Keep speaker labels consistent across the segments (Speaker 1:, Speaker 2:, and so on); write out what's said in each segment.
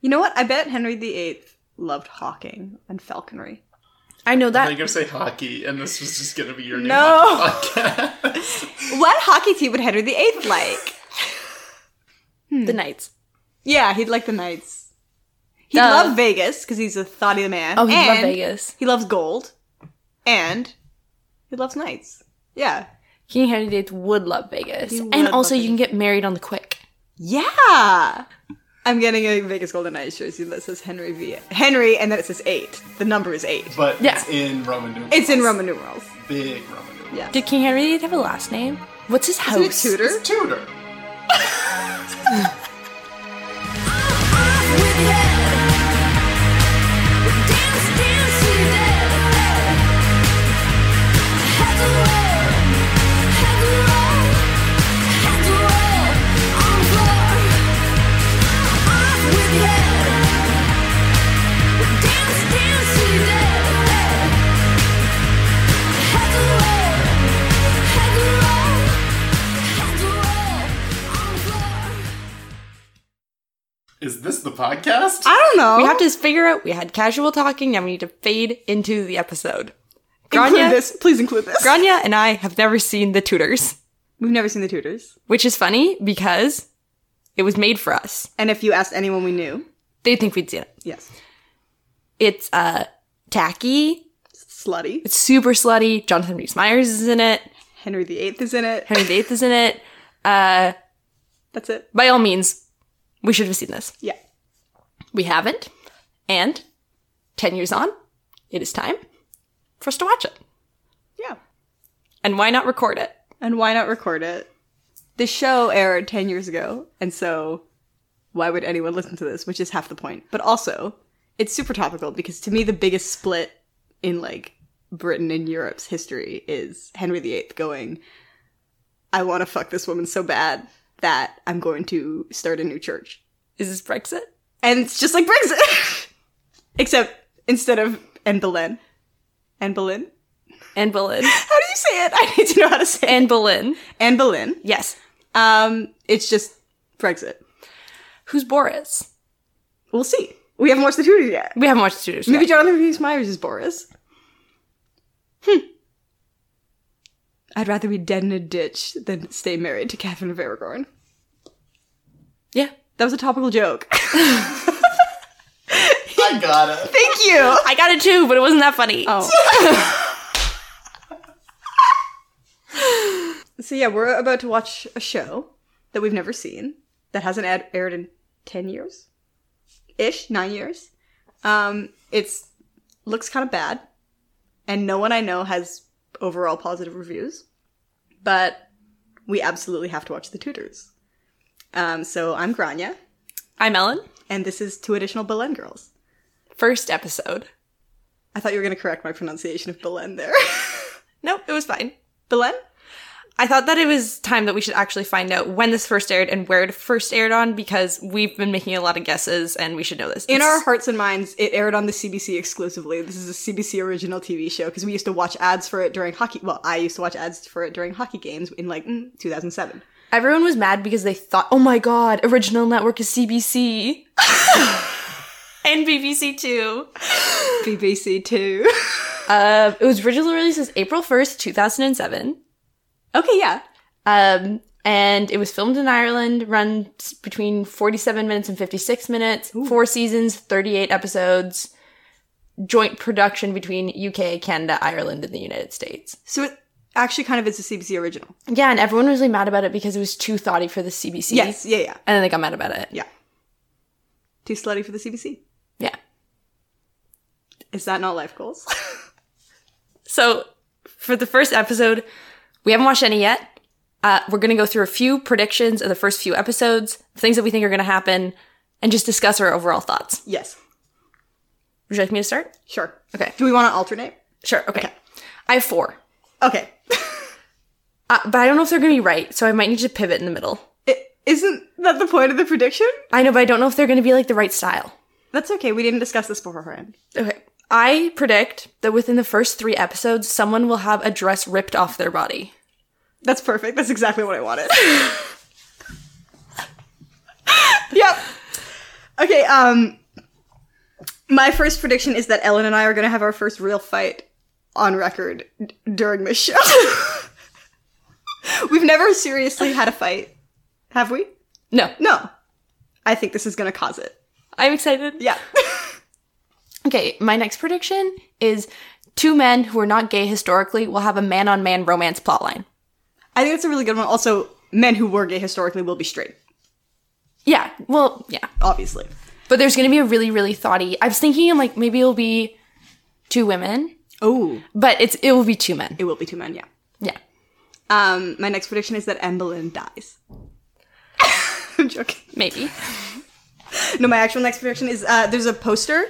Speaker 1: You know what? I bet Henry VIII loved hawking and falconry.
Speaker 2: I know
Speaker 3: I'm
Speaker 2: that.
Speaker 3: gonna say hockey, and this was just gonna be your new
Speaker 1: No.
Speaker 3: podcast.
Speaker 1: What hockey team would Henry VIII like? Hmm.
Speaker 2: The knights.
Speaker 1: yeah, he'd like the knights. He'd
Speaker 2: Duh.
Speaker 1: love Vegas because he's a thoughty man.
Speaker 2: Oh, he
Speaker 1: and
Speaker 2: loved Vegas.
Speaker 1: He loves gold, and he loves knights. Yeah,
Speaker 2: King Henry VIII would love Vegas,
Speaker 1: He would
Speaker 2: and also
Speaker 1: love
Speaker 2: you can get married on the quick.
Speaker 1: yeah. I'm getting a Vegas Golden Knights jersey that says Henry V. Henry, and then it says eight. The number is eight.
Speaker 3: But
Speaker 2: Yeah.
Speaker 3: it's in Roman numerals.
Speaker 1: It's in Roman numerals.
Speaker 3: Big Roman numerals.
Speaker 1: Yeah.
Speaker 2: Did King Henry VIII have a last name? What's his
Speaker 1: Is it
Speaker 2: house?
Speaker 1: Tudor?
Speaker 3: It's Tudor. Is this the podcast?
Speaker 1: I don't know.
Speaker 2: We have to just figure out. We had casual talking. Now we need to fade into the episode.
Speaker 1: include
Speaker 2: Grania,
Speaker 1: this. Please include this.
Speaker 2: Grania, and I have never seen the Tudors,
Speaker 1: We've never seen the Tudors,
Speaker 2: which is funny because it was made for us.
Speaker 1: and if you asked anyone we knew,
Speaker 2: They think we'd seen it.
Speaker 1: yes,
Speaker 2: It's uh tacky.
Speaker 1: slutty.
Speaker 2: It's super slutty. Jonathan Rhys Meyers is in it.
Speaker 1: Henry VIII is in it.
Speaker 2: Henry VIII is in it. Uh,
Speaker 1: That's it.
Speaker 2: by all means, we should have seen this.
Speaker 1: Yeah.
Speaker 2: We haven't. And 10 years on, it is time for us to watch it.
Speaker 1: Yeah.
Speaker 2: And why not record it?
Speaker 1: And why not record it? The show aired 10 years ago, and so why would anyone listen to this, which is half the point. But also, it's super topical because to me, the biggest split in like Britain and Europe's history is Henry VIII going, I want to fuck this woman so bad that I'm going to start a new church.
Speaker 2: Is this Brexit?
Speaker 1: And it's just like Brexit! Except instead of and Boleyn. And Boleyn?
Speaker 2: Anne Boleyn.
Speaker 1: How do you say it? I need to know how to say it.
Speaker 2: Anne Boleyn.
Speaker 1: And Boleyn.
Speaker 2: Yes.
Speaker 1: Um, it's just Brexit.
Speaker 2: Who's Boris?
Speaker 1: We'll see. We haven't watched the Tudors yet.
Speaker 2: We haven't watched the Tudors.
Speaker 1: Maybe
Speaker 2: yet.
Speaker 1: Jonathan Rhys Myers is Boris. Hmm. I'd rather be dead in a ditch than stay married to Catherine of Aragorn.
Speaker 2: Yeah.
Speaker 1: That was a topical joke.
Speaker 3: I got it.
Speaker 1: Thank you.
Speaker 2: I got it too, but it wasn't that funny.
Speaker 1: Oh. so yeah, we're about to watch a show that we've never seen that hasn't ad- aired in ten years, ish, nine years. Um, it's looks kind of bad, and no one I know has overall positive reviews. But we absolutely have to watch The Tudors. Um, so I'm Grania,
Speaker 2: I'm Ellen.
Speaker 1: and this is Two Additional Belen Girls.
Speaker 2: First episode.
Speaker 1: I thought you were going to correct my pronunciation of Belen there.
Speaker 2: Nope, it was fine.
Speaker 1: Belen?
Speaker 2: I thought that it was time that we should actually find out when this first aired and where it first aired on because we've been making a lot of guesses and we should know this.
Speaker 1: In
Speaker 2: It's-
Speaker 1: our hearts and minds, it aired on the CBC exclusively. This is a CBC original TV show because we used to watch ads for it during hockey. Well, I used to watch ads for it during hockey games in like mm, 2007.
Speaker 2: everyone was mad because they thought, oh my god, original network is CBC and BBC Two.
Speaker 1: BBC Two.
Speaker 2: Uh, it was originally released as April first, two thousand and seven,
Speaker 1: okay, yeah.
Speaker 2: um, and it was filmed in Ireland, run s- between forty-seven minutes and fifty-six minutes, four seasons, thirty-eight episodes. Joint production between UK, Canada, Ireland, and the United States.
Speaker 1: So it actually kind of is a CBC original.
Speaker 2: Yeah, and everyone was really mad about it because it was too thoughty for the CBC.
Speaker 1: Yes, yeah, yeah,
Speaker 2: And then they got mad about it.
Speaker 1: yeah. Too slutty for the CBC.
Speaker 2: Yeah.
Speaker 1: Is that not life goals?
Speaker 2: So for the first episode, we haven't watched any yet. Uh, we're going to go through a few predictions of the first few episodes, things that we think are going to happen, and just discuss our overall thoughts.
Speaker 1: yes,
Speaker 2: Would you like me to start?
Speaker 1: sure.
Speaker 2: Okay.
Speaker 1: Do we want to alternate?
Speaker 2: Sure. Okay. I have four,
Speaker 1: Okay.
Speaker 2: uh, but I don't know if they're going to be right, so I might need to pivot in the middle.
Speaker 1: is isn't that the point of the prediction?
Speaker 2: I know, but I don't know if they're going to be like the right style.
Speaker 1: That's okay. We didn't discuss this beforehand.
Speaker 2: Okay. I predict that within the first three episodes, someone will have a dress ripped off their body.
Speaker 1: That's perfect. That's exactly what I wanted. yep. Okay, Okay, um my first prediction is that Ellen and I are going to have our first real fight on record d- during this show. We've never seriously had a fight, have we?
Speaker 2: No,
Speaker 1: No. I think this is going to cause it.
Speaker 2: I'm excited.
Speaker 1: Yeah.
Speaker 2: Okay, my next prediction is two men who are not gay historically will have a man on man romance plotline.
Speaker 1: I think that's a really good one. Also, men who were gay historically will be straight,
Speaker 2: Yeah, well, yeah.
Speaker 1: obviously.
Speaker 2: But there's gonna be a really, really thoughty. I was thinking, like, maybe it'll be two women,
Speaker 1: Oh,
Speaker 2: but it's it will be two men.
Speaker 1: it will be two men, yeah.
Speaker 2: Yeah.
Speaker 1: Um, my next prediction is that Anne Boleyn dies. I'm joking.
Speaker 2: Maybe.
Speaker 1: No, my actual next prediction is uh, there's a poster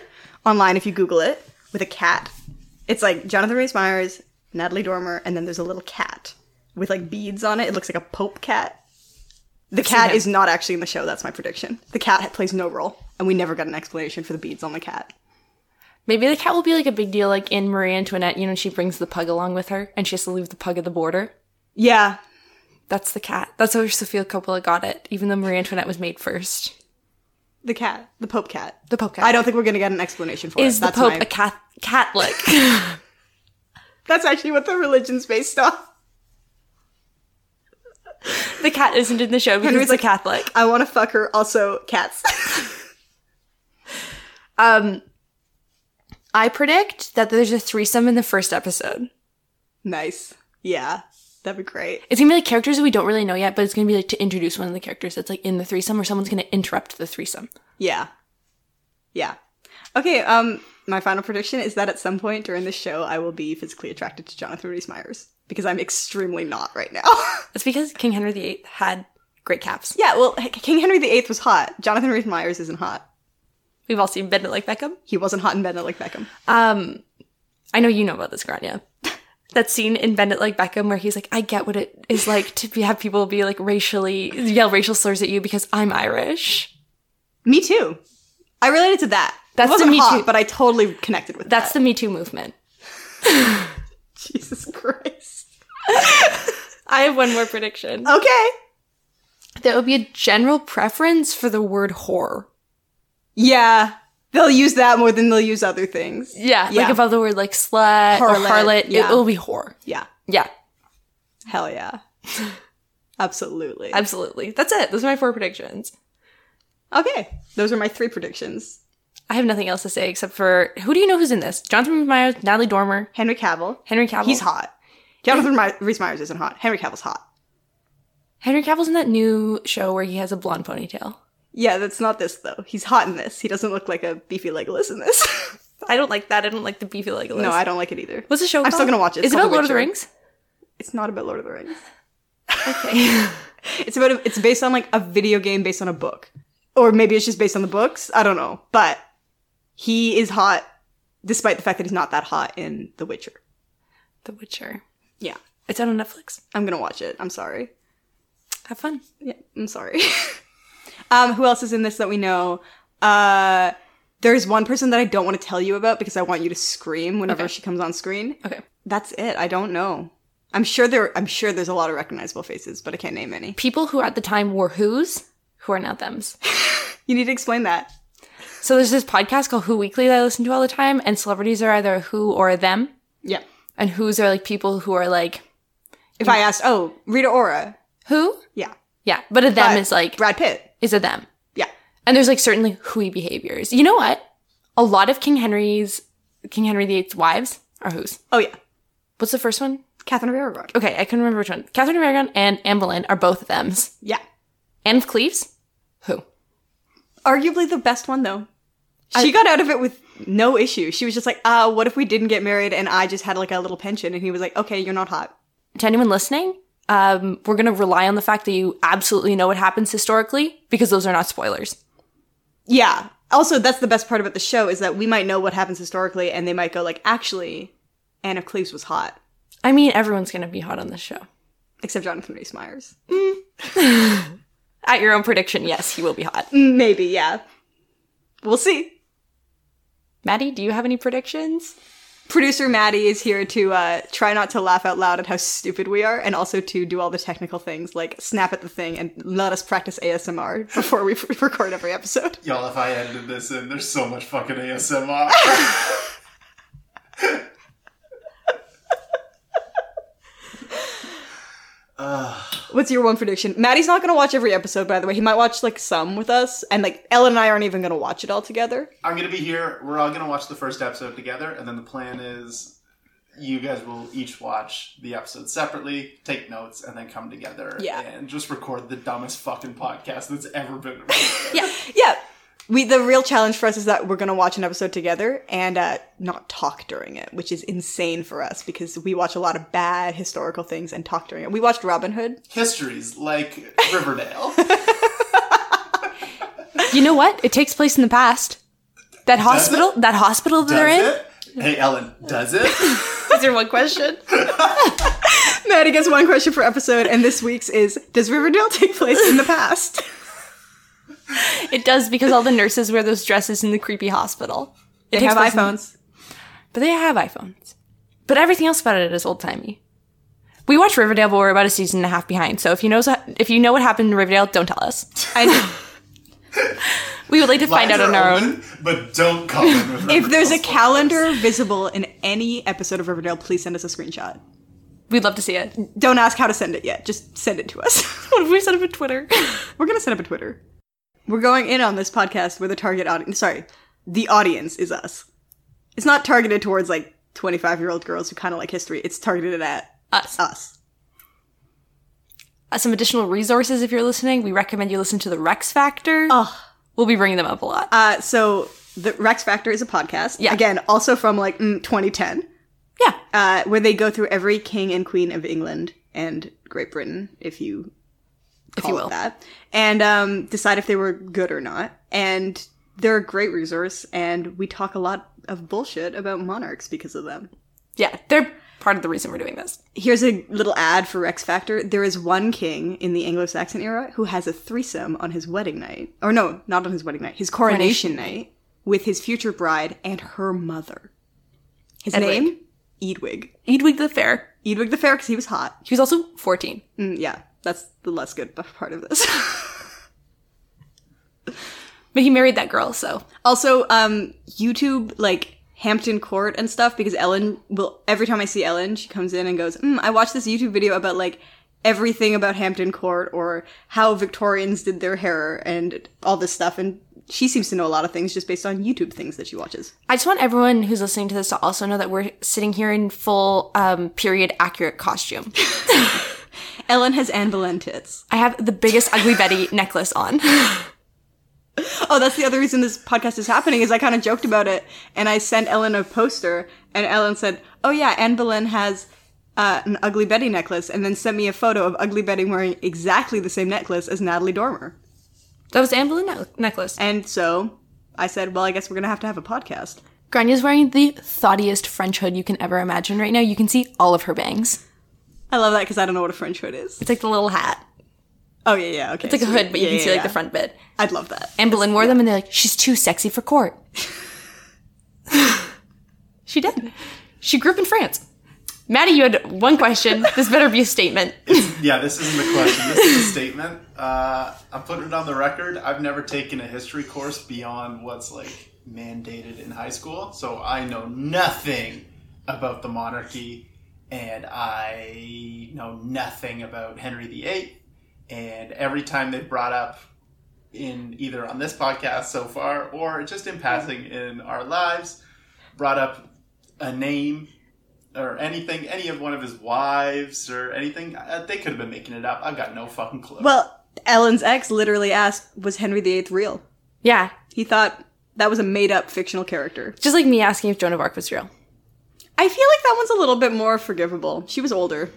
Speaker 1: online if you Google it with a cat. It's like Jonathan Rhys Meyers, Natalie Dormer, and then there's a little cat with like beads on it. It looks like a Pope cat. The cat
Speaker 2: him.
Speaker 1: is not actually in the show. That's my prediction. The cat plays no role, and we never got an explanation for the beads on the cat.
Speaker 2: Maybe the cat will be like a big deal, like in Marie Antoinette, you know, she brings the pug along with her and she has to leave the pug at the border.
Speaker 1: Yeah,
Speaker 2: That's the cat. That's how Sophia Coppola got it, even though Marie Antoinette was made first.
Speaker 1: the cat, the Pope cat.
Speaker 2: The Pope cat.
Speaker 1: I don't think we're gonna get an explanation for
Speaker 2: is
Speaker 1: it.
Speaker 2: the
Speaker 1: That's
Speaker 2: Pope
Speaker 1: my-
Speaker 2: a cat Catholic?
Speaker 1: That's actually what the religion's based on.
Speaker 2: the cat isn't in the show because
Speaker 1: Henry's
Speaker 2: it's a
Speaker 1: like-
Speaker 2: Catholic.
Speaker 1: I want to fuck her. Also, cats.
Speaker 2: Um, I predict that there's a threesome in the first episode.
Speaker 1: nice. Yeah, that'd be great.
Speaker 2: It's gonna be like characters that we don't really know yet, but it's gonna be like to introduce one of the characters that's like in the threesome, or someone's gonna interrupt the threesome.
Speaker 1: Yeah. Yeah. Okay, um my final prediction is that at some point during this show I will be physically attracted to Jonathan Rhys Meyers because I'm extremely not right now.
Speaker 2: It's because King Henry VIII had great caps.
Speaker 1: yeah, well, H- King Henry VIII was hot. Jonathan Rhys Meyers isn't hot.
Speaker 2: We've all seen Bend It Like Beckham.
Speaker 1: He wasn't hot in Bend It Like Beckham.
Speaker 2: Um, I know you know about this, Grania. That scene in Bend It Like Beckham where he's like, I get what it is like to be, have people be like racially yell racial slurs at you because I'm Irish.
Speaker 1: Me too. I related to that.
Speaker 2: That's
Speaker 1: it wasn't
Speaker 2: the Me
Speaker 1: hot,
Speaker 2: Too-
Speaker 1: but I totally connected with
Speaker 2: That's
Speaker 1: that.
Speaker 2: the Me Too movement.
Speaker 1: Jesus Christ.
Speaker 2: I have one more prediction.
Speaker 1: Okay.
Speaker 2: There will be a general preference for the word whore.
Speaker 1: Yeah. They'll use that more than they'll use other things.
Speaker 2: Yeah,
Speaker 1: Yeah.
Speaker 2: like above the word like slut or
Speaker 1: Harlot,
Speaker 2: harlot,
Speaker 1: yeah.
Speaker 2: it will be whore.
Speaker 1: Yeah.
Speaker 2: Yeah,
Speaker 1: Hell yeah. Absolutely.
Speaker 2: absolutely. That's it. Those are my four predictions.
Speaker 1: Okay. Those are my three predictions.
Speaker 2: I have nothing else to say except for who do you know who's in this? Jonathan Myers, Natalie Dormer,
Speaker 1: Henry Cavill.
Speaker 2: Henry Cavill.
Speaker 1: He's hot. Jonathan My- Rhys Meyers isn't hot. Henry Cavill's hot.
Speaker 2: Henry Cavill's in that new show where he has a blonde ponytail.
Speaker 1: Yeah, that's not this though. He's hot in this. He doesn't look like a beefy Legolas in this.
Speaker 2: I don't like that. I don't like the beefy Legolas.
Speaker 1: no, I don't like it either.
Speaker 2: What's the show?
Speaker 1: I'm still
Speaker 2: called?
Speaker 1: gonna watch it.
Speaker 2: Is
Speaker 1: It's
Speaker 2: it
Speaker 1: called
Speaker 2: about
Speaker 1: The
Speaker 2: Lord of the
Speaker 1: Witcher.
Speaker 2: Rings?
Speaker 1: It's not about Lord of the Rings.
Speaker 2: Okay.
Speaker 1: It's about. A, it's based on like a video game based on a book, or maybe it's just based on the books. I don't know. But he is hot, despite the fact that he's not that hot in The Witcher.
Speaker 2: the Witcher.
Speaker 1: Yeah,
Speaker 2: It's out on Netflix.
Speaker 1: I'm gonna watch it. I'm sorry.
Speaker 2: Have fun.
Speaker 1: Yeah, I'm sorry. um, who else is in this that we know? Uh, there's one person that I don't want to tell you about because I want you to scream whenever
Speaker 2: Okay.
Speaker 1: she comes on screen.
Speaker 2: Okay.
Speaker 1: That's it. I don't know. I'm sure there. I'm sure there's a lot of recognizable faces, but I can't name any.
Speaker 2: People who at the time were who's, who are now them's.
Speaker 1: You need to explain that.
Speaker 2: So there's this podcast called Who Weekly that I listen to all the time, and celebrities are either a who or a them,
Speaker 1: Yeah.
Speaker 2: and who's are like people who are like
Speaker 1: If I asked, oh, Rita Ora,
Speaker 2: who,
Speaker 1: yeah,
Speaker 2: yeah, but a them
Speaker 1: But-
Speaker 2: is like
Speaker 1: Brad Pitt,
Speaker 2: is a them,
Speaker 1: yeah,
Speaker 2: and there's like certainly whoey behaviors. You know what? A lot of King Henry's King Henry VIII's wives are who's.
Speaker 1: oh yeah,
Speaker 2: What's the first one?
Speaker 1: Catherine of Aragon,
Speaker 2: Okay, I couldn't remember which one. Catherine of Aragon and Anne Boleyn are both of them's.
Speaker 1: yeah.
Speaker 2: Anne of Cleves, who?
Speaker 1: Arguably the best one though. She got out of it with no issue. She was just like, uh, what if we didn't get married and I just had like a little pension? And he was like, okay, you're not hot.
Speaker 2: to anyone listening, um, we're going to rely on the fact that you absolutely know what happens historically because those are not spoilers.
Speaker 1: Yeah. Also, that's the best part about the show is that we might know what happens historically, and they might go like, actually, Anne of Cleves was hot,
Speaker 2: I mean, everyone's going to be hot on this show.
Speaker 1: except Jonathan Rhys Meyers.
Speaker 2: At your own prediction, yes, he will be hot.
Speaker 1: Maybe, yeah. We'll see.
Speaker 2: Maddie, do you have any predictions?
Speaker 1: Producer Maddie is here to uh, try not to laugh out loud at how stupid we are, and also to do all the technical things like snap at the thing and let us practice ASMR before we record every episode.
Speaker 3: Y'all, if I edited this in, there's so much fucking ASMR. uh,
Speaker 1: What's your one prediction? Maddie's not gonna watch every episode, by the way. He might watch like some with us, and like Ellen and I aren't even gonna watch it all together.
Speaker 3: I'm gonna be here. We're all gonna watch the first episode together, and then the plan is you guys will each watch the episode separately, take notes, and then come together
Speaker 1: Yeah.
Speaker 3: and just record the dumbest fucking podcast that's ever been. recorded.
Speaker 2: Yeah.
Speaker 1: Yeah. We the real challenge for us is that we're gonna watch an episode together and uh, not talk during it, which is insane for us because we watch a lot of bad historical things and talk during it. We watched Robin Hood.
Speaker 3: Histories like Riverdale.
Speaker 2: You know what? It takes place in the past. That hospital, that hospital that they're in.
Speaker 3: Does it? Hey, Ellen, does it?
Speaker 2: Is there one question?
Speaker 1: Maddie gets one question per episode, and this week's is Does Riverdale take place in the past?
Speaker 2: It does because all the nurses wear those dresses in the creepy hospital.
Speaker 1: They
Speaker 2: It takes
Speaker 1: have
Speaker 2: place in-
Speaker 1: iPhones.
Speaker 2: but they have iPhones. But everything else about it is old timey. We watch Riverdale, but we're about a season and a half behind. So if you know if you know what happened in Riverdale, don't tell us.
Speaker 1: I know.
Speaker 2: We would like to find out
Speaker 3: Lines
Speaker 2: on
Speaker 3: are
Speaker 2: our own.
Speaker 3: open, But don't come in with
Speaker 1: If there's a
Speaker 3: Riverdale
Speaker 1: calendar visible in any episode of Riverdale, please send us a screenshot.
Speaker 2: We'd love to see it.
Speaker 1: Don't ask how to send it yet. Just send it to us.
Speaker 2: What if we set up a Twitter?
Speaker 1: We're gonna set up a Twitter. We're going in on this podcast where the target audience, sorry, the audience is us. It's not targeted towards like 25 year old girls who kind of like history. It's targeted at
Speaker 2: Us.
Speaker 1: us.
Speaker 2: Uh, some additional resources if you're listening. We recommend you listen to the Rex Factor.
Speaker 1: Ugh.
Speaker 2: We'll be bringing them up a lot.
Speaker 1: Uh, so the Rex Factor is a podcast.
Speaker 2: Yeah.
Speaker 1: Again, also from like mm, 2010,
Speaker 2: yeah.
Speaker 1: uh, where they go through every king and queen of England and Great Britain, if you
Speaker 2: If
Speaker 1: call
Speaker 2: you
Speaker 1: it
Speaker 2: will.
Speaker 1: that, and um, decide if they were good or not. And they're a great resource, and we talk a lot of bullshit about monarchs because of them.
Speaker 2: Yeah. They're part of the reason we're doing this.
Speaker 1: Here's a little ad for Rex Factor. There is one king in the Anglo-Saxon era who has a threesome on his wedding night. Or no, not on his wedding night. His coronation, night with his future bride and her mother. His
Speaker 2: Edwig.
Speaker 1: name? Edwig.
Speaker 2: Edwig the Fair.
Speaker 1: Edwig the Fair because he was hot.
Speaker 2: He was also 14.
Speaker 1: Mm, yeah, that's the less good p- part of this.
Speaker 2: But he married that girl, so.
Speaker 1: also, um, YouTube like Hampton Court and stuff because Ellen will every time I see Ellen, she comes in and goes, mm, "I watched this YouTube video about like everything about Hampton Court or how Victorians did their hair and all this stuff." And she seems to know a lot of things just based on YouTube things that she watches.
Speaker 2: I just want everyone who's listening to this to also know that we're sitting here in full um, period accurate costume.
Speaker 1: Ellen has Anne Boleyn tits.
Speaker 2: I have the biggest Ugly Betty necklace on.
Speaker 1: Oh, that's the other reason this podcast is happening is I kind of joked about it and I sent Ellen a poster and Ellen said, "Oh yeah, Anne Boleyn has uh, an Ugly Betty necklace," and then sent me a photo of Ugly Betty wearing exactly the same necklace as Natalie Dormer.
Speaker 2: That was the Anne Boleyn ne- necklace.
Speaker 1: And so I said, "Well, I guess we're gonna have to have a podcast."
Speaker 2: Grania's wearing the thoughtiest French hood you can ever imagine right now. You can see all of her bangs.
Speaker 1: I love that because I don't know what a French hood is.
Speaker 2: It's like the little hat.
Speaker 1: Oh yeah, yeah, okay.
Speaker 2: It's like a hood, but you
Speaker 1: Yeah,
Speaker 2: can
Speaker 1: yeah,
Speaker 2: see like
Speaker 1: yeah.
Speaker 2: the front bit.
Speaker 1: I'd love that.
Speaker 2: Anne Boleyn wore them, and they're like, she's too sexy for court. she did. She grew up in France. Maddie, you had one question. This better be a statement.
Speaker 3: Yeah, this isn't a question. This is a statement. Uh, I'm putting it on the record. I've never taken a history course beyond what's like mandated in high school, so I know nothing about the monarchy, and I know nothing about Henry VIII. And every time they brought up in either on this podcast so far or just in passing in our lives, brought up a name or anything, any of one of his wives or anything. Uh, they could have been making it up. I've got no fucking clue.
Speaker 1: Well, Ellen's ex literally asked, "Was Henry VIII real?"
Speaker 2: Yeah,
Speaker 1: He thought that was a made-up fictional character.
Speaker 2: just like me asking if Joan of Arc was real.
Speaker 1: I feel like that one's a little bit more forgivable. She was older.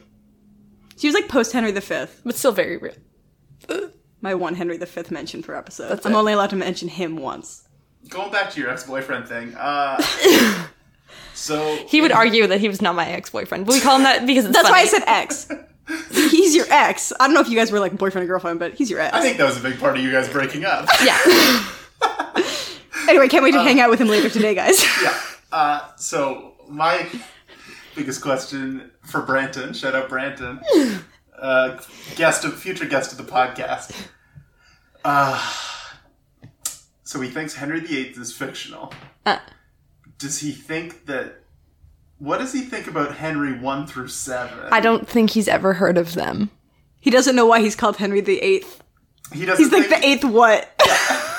Speaker 1: She was like post Henry V,
Speaker 2: but still very real.
Speaker 1: my one Henry V mention per episode.
Speaker 2: That's
Speaker 1: I'm
Speaker 2: it.
Speaker 1: only allowed to mention him once.
Speaker 3: Going back to your ex boyfriend thing. Uh, so
Speaker 2: He would argue that he was not my ex-boyfriend, but we call him that because it's
Speaker 1: That's why I
Speaker 2: funny.
Speaker 1: said ex. he's your ex. I don't know if you guys were like boyfriend and girlfriend, but he's your ex.
Speaker 3: I think that was a big part of you guys breaking up.
Speaker 2: Yeah,
Speaker 1: anyway, can't wait to hang out with him later today, guys.
Speaker 3: yeah. Uh, so my biggest question for Branton, shout out Branton, uh, guest of future guest of the podcast. Uh, so he thinks Henry VIII is fictional.
Speaker 2: Uh.
Speaker 3: Does he think that? What does he think about Henry one through seven?
Speaker 2: I don't think he's ever heard of them.
Speaker 1: He doesn't know why he's called Henry the Eighth.
Speaker 3: he doesn't
Speaker 1: He's like
Speaker 3: think
Speaker 1: the eighth what?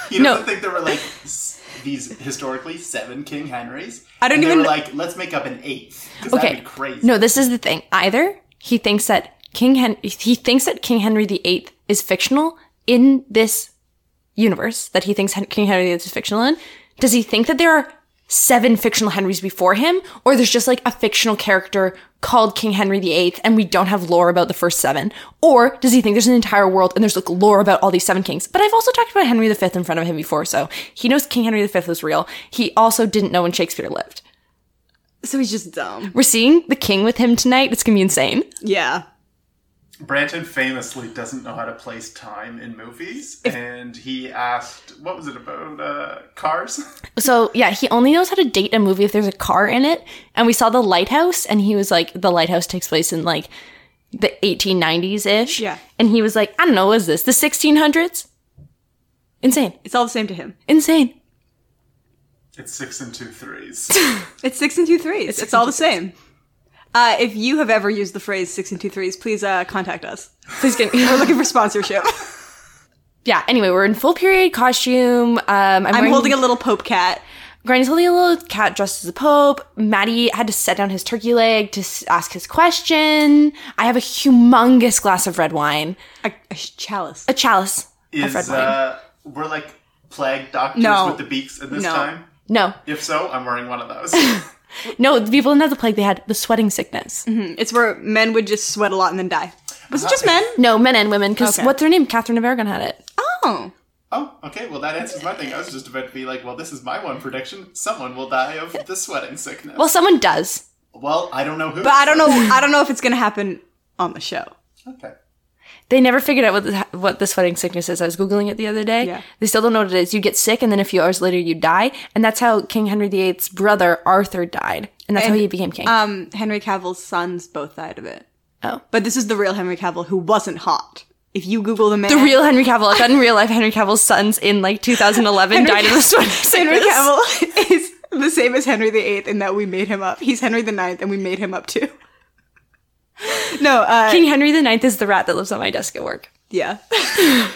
Speaker 3: he doesn't
Speaker 2: no.
Speaker 3: think there were like s- these historically seven King Henrys.
Speaker 1: I don't
Speaker 3: And they
Speaker 1: even
Speaker 3: were
Speaker 1: kn-
Speaker 3: like let's make up an eighth. 'cause
Speaker 2: Okay.
Speaker 3: that'd be crazy.
Speaker 2: No, this is the thing. Either he thinks that King Hen- he thinks that King Henry VIII is fictional in this universe that he thinks Hen- King Henry VIII is fictional in. Does he think that there are seven fictional Henrys before him, or there's just like a fictional character called King Henry VIII, and we don't have lore about the first seven? Or does he think there's an entire world and there's like lore about all these seven kings? But I've also talked about Henry V in front of him before, so he knows King Henry V was real. He also didn't know when Shakespeare lived.
Speaker 1: so he's just dumb.
Speaker 2: We're seeing the king with him tonight. It's gonna be insane.
Speaker 1: Yeah.
Speaker 3: Branton famously doesn't know how to place time in movies, and he asked, "What was it about uh, cars?"
Speaker 2: So yeah, he only knows how to date a movie if there's a car in it. And we saw the lighthouse, and he was like, the lighthouse takes place in like the 1890s ish.
Speaker 1: Yeah.
Speaker 2: And he was like, I don't know, was this the 1600s? Insane,
Speaker 1: It's all the same to him.
Speaker 2: insane.
Speaker 3: It's six and two threes.
Speaker 1: It's six and two threes. It's, all the same. Uh, if you have ever used the phrase six and two threes, please uh, contact us.
Speaker 2: Please get
Speaker 1: We're looking for sponsorship.
Speaker 2: yeah. Anyway, we're in full period costume. Um, I'm,
Speaker 1: I'm
Speaker 2: wearing-
Speaker 1: holding a little Pope cat.
Speaker 2: Granny's holding a little cat dressed as a pope. Maddie had to set down his turkey leg to s- ask his question. I have a humongous glass of red wine,
Speaker 1: A, a sh- chalice.
Speaker 2: a chalice of
Speaker 3: Is
Speaker 2: red wine.
Speaker 3: uh, we're like plague doctors
Speaker 1: No.
Speaker 3: with the beaks at this
Speaker 1: No.
Speaker 3: time?
Speaker 2: no,
Speaker 3: If so, I'm wearing one of those.
Speaker 2: No, the people didn't have the plague. They had the sweating sickness.
Speaker 1: It's where men would just sweat a lot and then die. Was it just men?
Speaker 2: No, men and women. Because
Speaker 1: Okay.
Speaker 2: what's her name? Catherine of Aragon had it.
Speaker 1: Oh.
Speaker 3: oh, okay. Well, that answers my thing. I was just about to be like, "Well, this is my one prediction. Someone will die of the sweating sickness."
Speaker 2: Well, someone does.
Speaker 3: Well, I don't know who.
Speaker 1: But I don't know. I don't know if it's going to happen on the show.
Speaker 3: Okay.
Speaker 2: They never figured out what the, what the sweating sickness is. I was googling it the other day.
Speaker 1: Yeah.
Speaker 2: They still don't know what it is. You get sick, and then a few hours later, you die. And that's how King Henry VIII's brother Arthur died, and that's how he became king.
Speaker 1: Um, Henry Cavill's sons both died of it.
Speaker 2: Oh.
Speaker 1: But this is the real Henry Cavill who wasn't hot. If you Google the man,
Speaker 2: the real Henry Cavill. I thought in real life Henry Cavill's sons in like 2011 died of the sweating
Speaker 1: Henry
Speaker 2: sickness.
Speaker 1: Cavill is the same as Henry VIII in that we made him up. He's Henry IX and we made him up too. No, uh,
Speaker 2: King Henry IX is the rat that lives on my desk at work.
Speaker 1: yeah.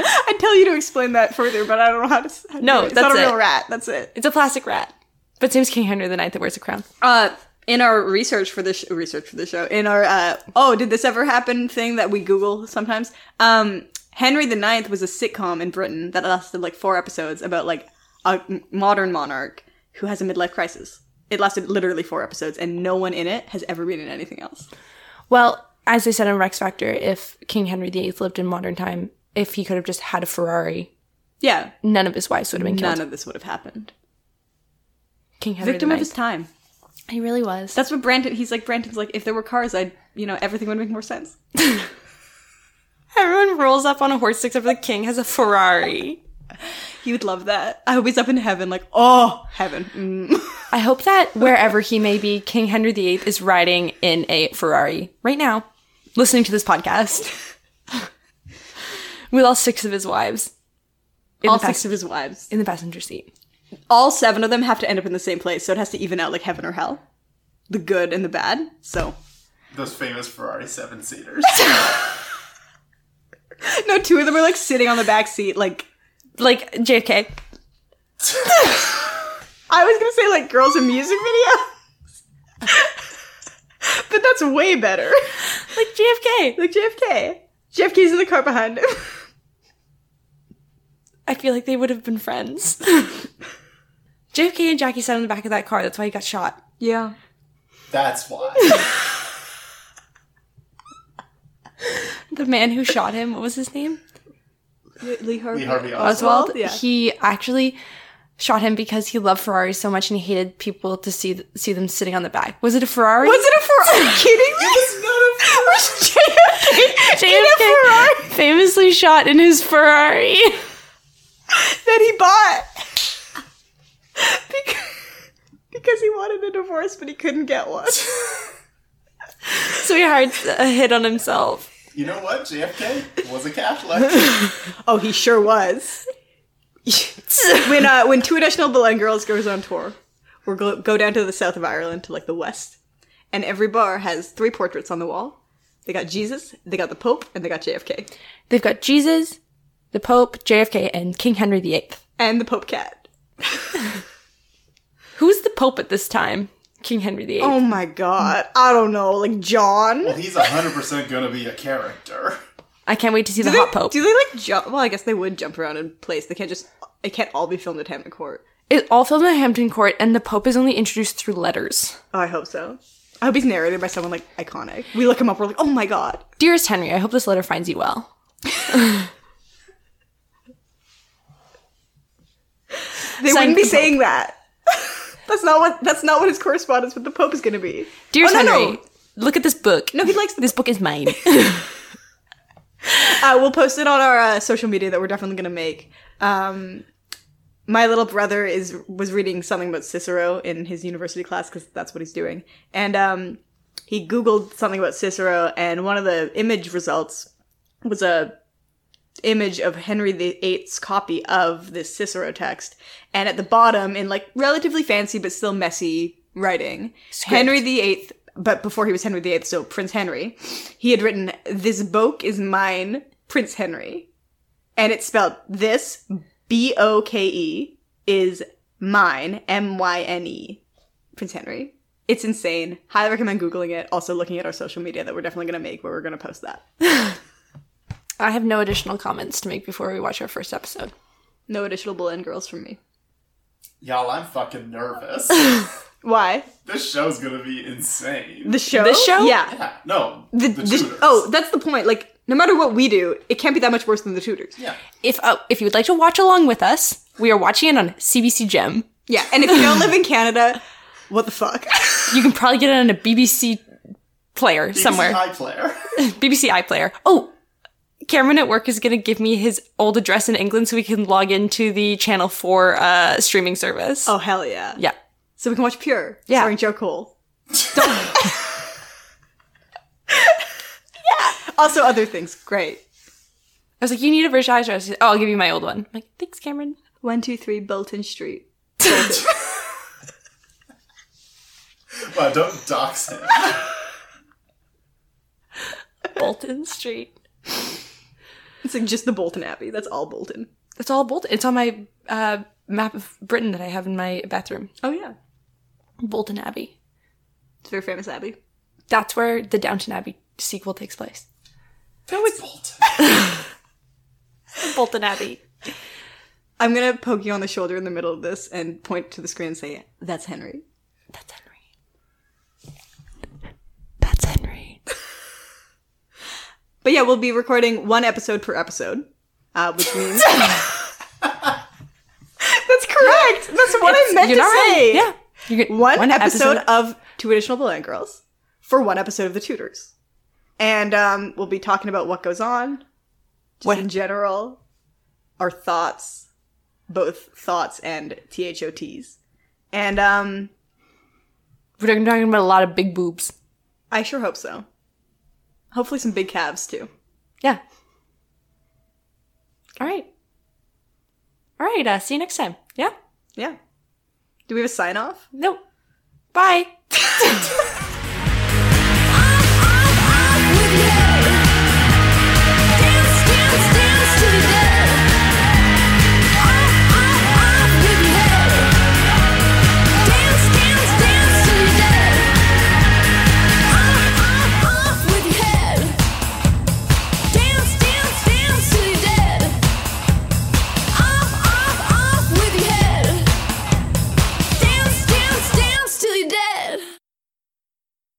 Speaker 1: I'd tell you to explain that further, but I don't know how to. s- How to
Speaker 2: No,
Speaker 1: do it. it's not
Speaker 2: that's
Speaker 1: a real
Speaker 2: it.
Speaker 1: rat. That's it.
Speaker 2: It's a plastic rat, but same as King Henry IX that wears a crown.
Speaker 1: uh in our research for this sh- research for the show in our uh oh did this ever happen thing that we google sometimes um henry the ninth was a sitcom in britain that lasted like four episodes about like a m- modern monarch who has a midlife crisis it lasted literally four episodes and no one in it has ever been in anything else
Speaker 2: Well, as they said on Rex Factor, if King Henry VIII lived in modern time, if he could have just had a Ferrari,
Speaker 1: yeah
Speaker 2: none of his wives would have been killed.
Speaker 1: none of this would have happened
Speaker 2: King Henry
Speaker 1: victim
Speaker 2: the
Speaker 1: of his time
Speaker 2: he really was.
Speaker 1: that's what branton he's like branton's like if there were cars i'd you know everything would make more sense
Speaker 2: Everyone rolls up on a horse except for the king has a Ferrari.
Speaker 1: he would love that i hope he's up in heaven like oh heaven Mm.
Speaker 2: I hope that wherever he may be, King Henry VIII is riding in a Ferrari right now, listening to this podcast with all six of his wives in,
Speaker 1: all
Speaker 2: the, pas-
Speaker 1: six of his wives
Speaker 2: in the passenger seat.
Speaker 1: all seven of them have to end up in the same place, so it has to even out like heaven or hell. The good and the bad. So
Speaker 3: Those famous Ferrari seven seaters.
Speaker 1: No, two of them are like sitting on the back seat, like
Speaker 2: Like JFK.
Speaker 1: I was gonna say like girls in music videos. but that's way better.
Speaker 2: Like JFK.
Speaker 1: Like JFK. JFK's in the car behind him.
Speaker 2: I feel like they would have been friends. JFK and Jackie sat in the back of that car. That's why he got shot.
Speaker 1: Yeah.
Speaker 3: That's why.
Speaker 2: The man who shot him, what was his name?
Speaker 1: Lee Harvey,
Speaker 3: Lee Harvey
Speaker 2: Oswald.
Speaker 1: Yeah.
Speaker 2: He actually shot him because he loved Ferraris so much and he hated people to see see them sitting on the back. Was it a Ferrari?
Speaker 1: was it a Ferrari? Are you kidding me?
Speaker 2: was JFK. JFK famously shot in his Ferrari.
Speaker 1: that he bought because, because he divorce, but he couldn't get one.
Speaker 2: Sweetheart's a hit on himself.
Speaker 3: You know what? JFK was a Catholic.
Speaker 1: oh, he sure was. when uh, when Two Additional Belen Girls goes on tour, we go, go down to the south of Ireland to like the west, and every bar has three portraits on the wall. They got Jesus, they got the Pope, and they got JFK
Speaker 2: They've got Jesus, the Pope, JFK, and King Henry VIII.
Speaker 1: and the Pope cat.
Speaker 2: Who's the Pope at this time? King Henry VIII.
Speaker 1: Oh my God, I don't know, like John.
Speaker 3: Well, he's 100% gonna be a character.
Speaker 2: I can't wait to see the
Speaker 1: Do
Speaker 2: hot
Speaker 1: they-
Speaker 2: Pope.
Speaker 1: Do they like jump? Well, I guess they would jump around in place. They can't just. It can't all be filmed at Hampton Court.
Speaker 2: It all filmed at Hampton Court, and the Pope is only introduced through letters.
Speaker 1: Oh, I hope so. I hope he's narrated by someone like iconic. We look him up. We're like, oh my god.
Speaker 2: Dearest Henry, I hope this letter finds you well.
Speaker 1: They
Speaker 2: Signed
Speaker 1: wouldn't be
Speaker 2: the Pope.
Speaker 1: saying that. that's not what. That's not what his correspondence with the Pope is going to be.
Speaker 2: Dearest
Speaker 1: Oh, no,
Speaker 2: Henry, look at this book.
Speaker 1: No, he likes the.
Speaker 2: This book is mine.
Speaker 1: Uh, we'll post it on our uh, social media that we're definitely going to make. Um, my little brother is was reading something about Cicero in his university class because that's what he's doing, and um, he googled something about Cicero, and one of the image results was a image of Henry VIII's copy of this Cicero text, and at the bottom, in like relatively fancy but still messy writing, Henry VIII. But before he was Henry VIII, so Prince Henry, he had written, "This book is mine, Prince Henry," and it's spelled this B O K E is mine, M Y N E, Prince Henry. It's insane. Highly recommend googling it. Also looking at our social media that we're definitely gonna make where we're gonna post that.
Speaker 2: I have no additional comments to make before we watch our first episode.
Speaker 1: No additional Boleyn girls from me.
Speaker 3: Y'all, I'm fucking nervous.
Speaker 1: Why?
Speaker 3: this show's gonna be insane.
Speaker 1: The show.
Speaker 2: The show?
Speaker 1: Yeah.
Speaker 3: Yeah, no.
Speaker 1: The,
Speaker 3: The,
Speaker 1: the-
Speaker 3: Tudors.
Speaker 1: oh, that's the point. Like, no matter what we do, it can't be that much worse than the Tudors.
Speaker 3: yeah.
Speaker 2: If uh, if you would like to watch along with us, we are watching it on CBC Gem.
Speaker 1: Yeah. And if you don't live in Canada, what the fuck?
Speaker 2: You can probably get it on a BBC player somewhere.
Speaker 3: He's a high player.
Speaker 2: BBC iPlayer. Oh, Cameron at work is going to give me his old address in England so we can log into the Channel 4 uh, streaming service.
Speaker 1: oh hell yeah.
Speaker 2: Yeah.
Speaker 1: So we can watch Pure.
Speaker 2: Yeah.
Speaker 1: Starring Joe Cole. yeah. Also other things. Great.
Speaker 2: I was like, you need a British address. He's like, Oh, I'll give you my old one. I'm like, thanks, Cameron.
Speaker 1: One two three Bolton Street.
Speaker 3: wow, Uh, don't dox him.
Speaker 2: Bolton Street.
Speaker 1: It's like just the Bolton Abbey. That's all Bolton.
Speaker 2: It's all Bolton. It's on my uh, map of Britain that I have in my bathroom.
Speaker 1: Oh yeah.
Speaker 2: Bolton Abbey.
Speaker 1: It's a very famous abbey.
Speaker 2: That's where the Downton Abbey sequel takes place.
Speaker 3: No, it's Bolton.
Speaker 2: Bolton Abbey.
Speaker 1: I'm gonna poke you on the shoulder in the middle of this and point to the screen and say, "That's Henry."
Speaker 2: That's Henry. That's Henry.
Speaker 1: But yeah, we'll be recording one episode per episode, uh, which means that's correct. That's what I meant
Speaker 2: You're
Speaker 1: to
Speaker 2: not right.
Speaker 1: say.
Speaker 2: Yeah. You get
Speaker 1: one, episode, of Two Additional Bland Girls for one episode of The Tudors, and um, we'll be talking about what goes on, just
Speaker 2: What-
Speaker 1: in general, our thoughts, both thoughts and thots, and um,
Speaker 2: We're talking talking about a lot of big boobs.
Speaker 1: I sure hope so. Hopefully, some big calves too.
Speaker 2: Yeah. All right. All right. Uh, see you next time. Yeah.
Speaker 1: Yeah. Do we have a sign off?
Speaker 2: Nope. Bye.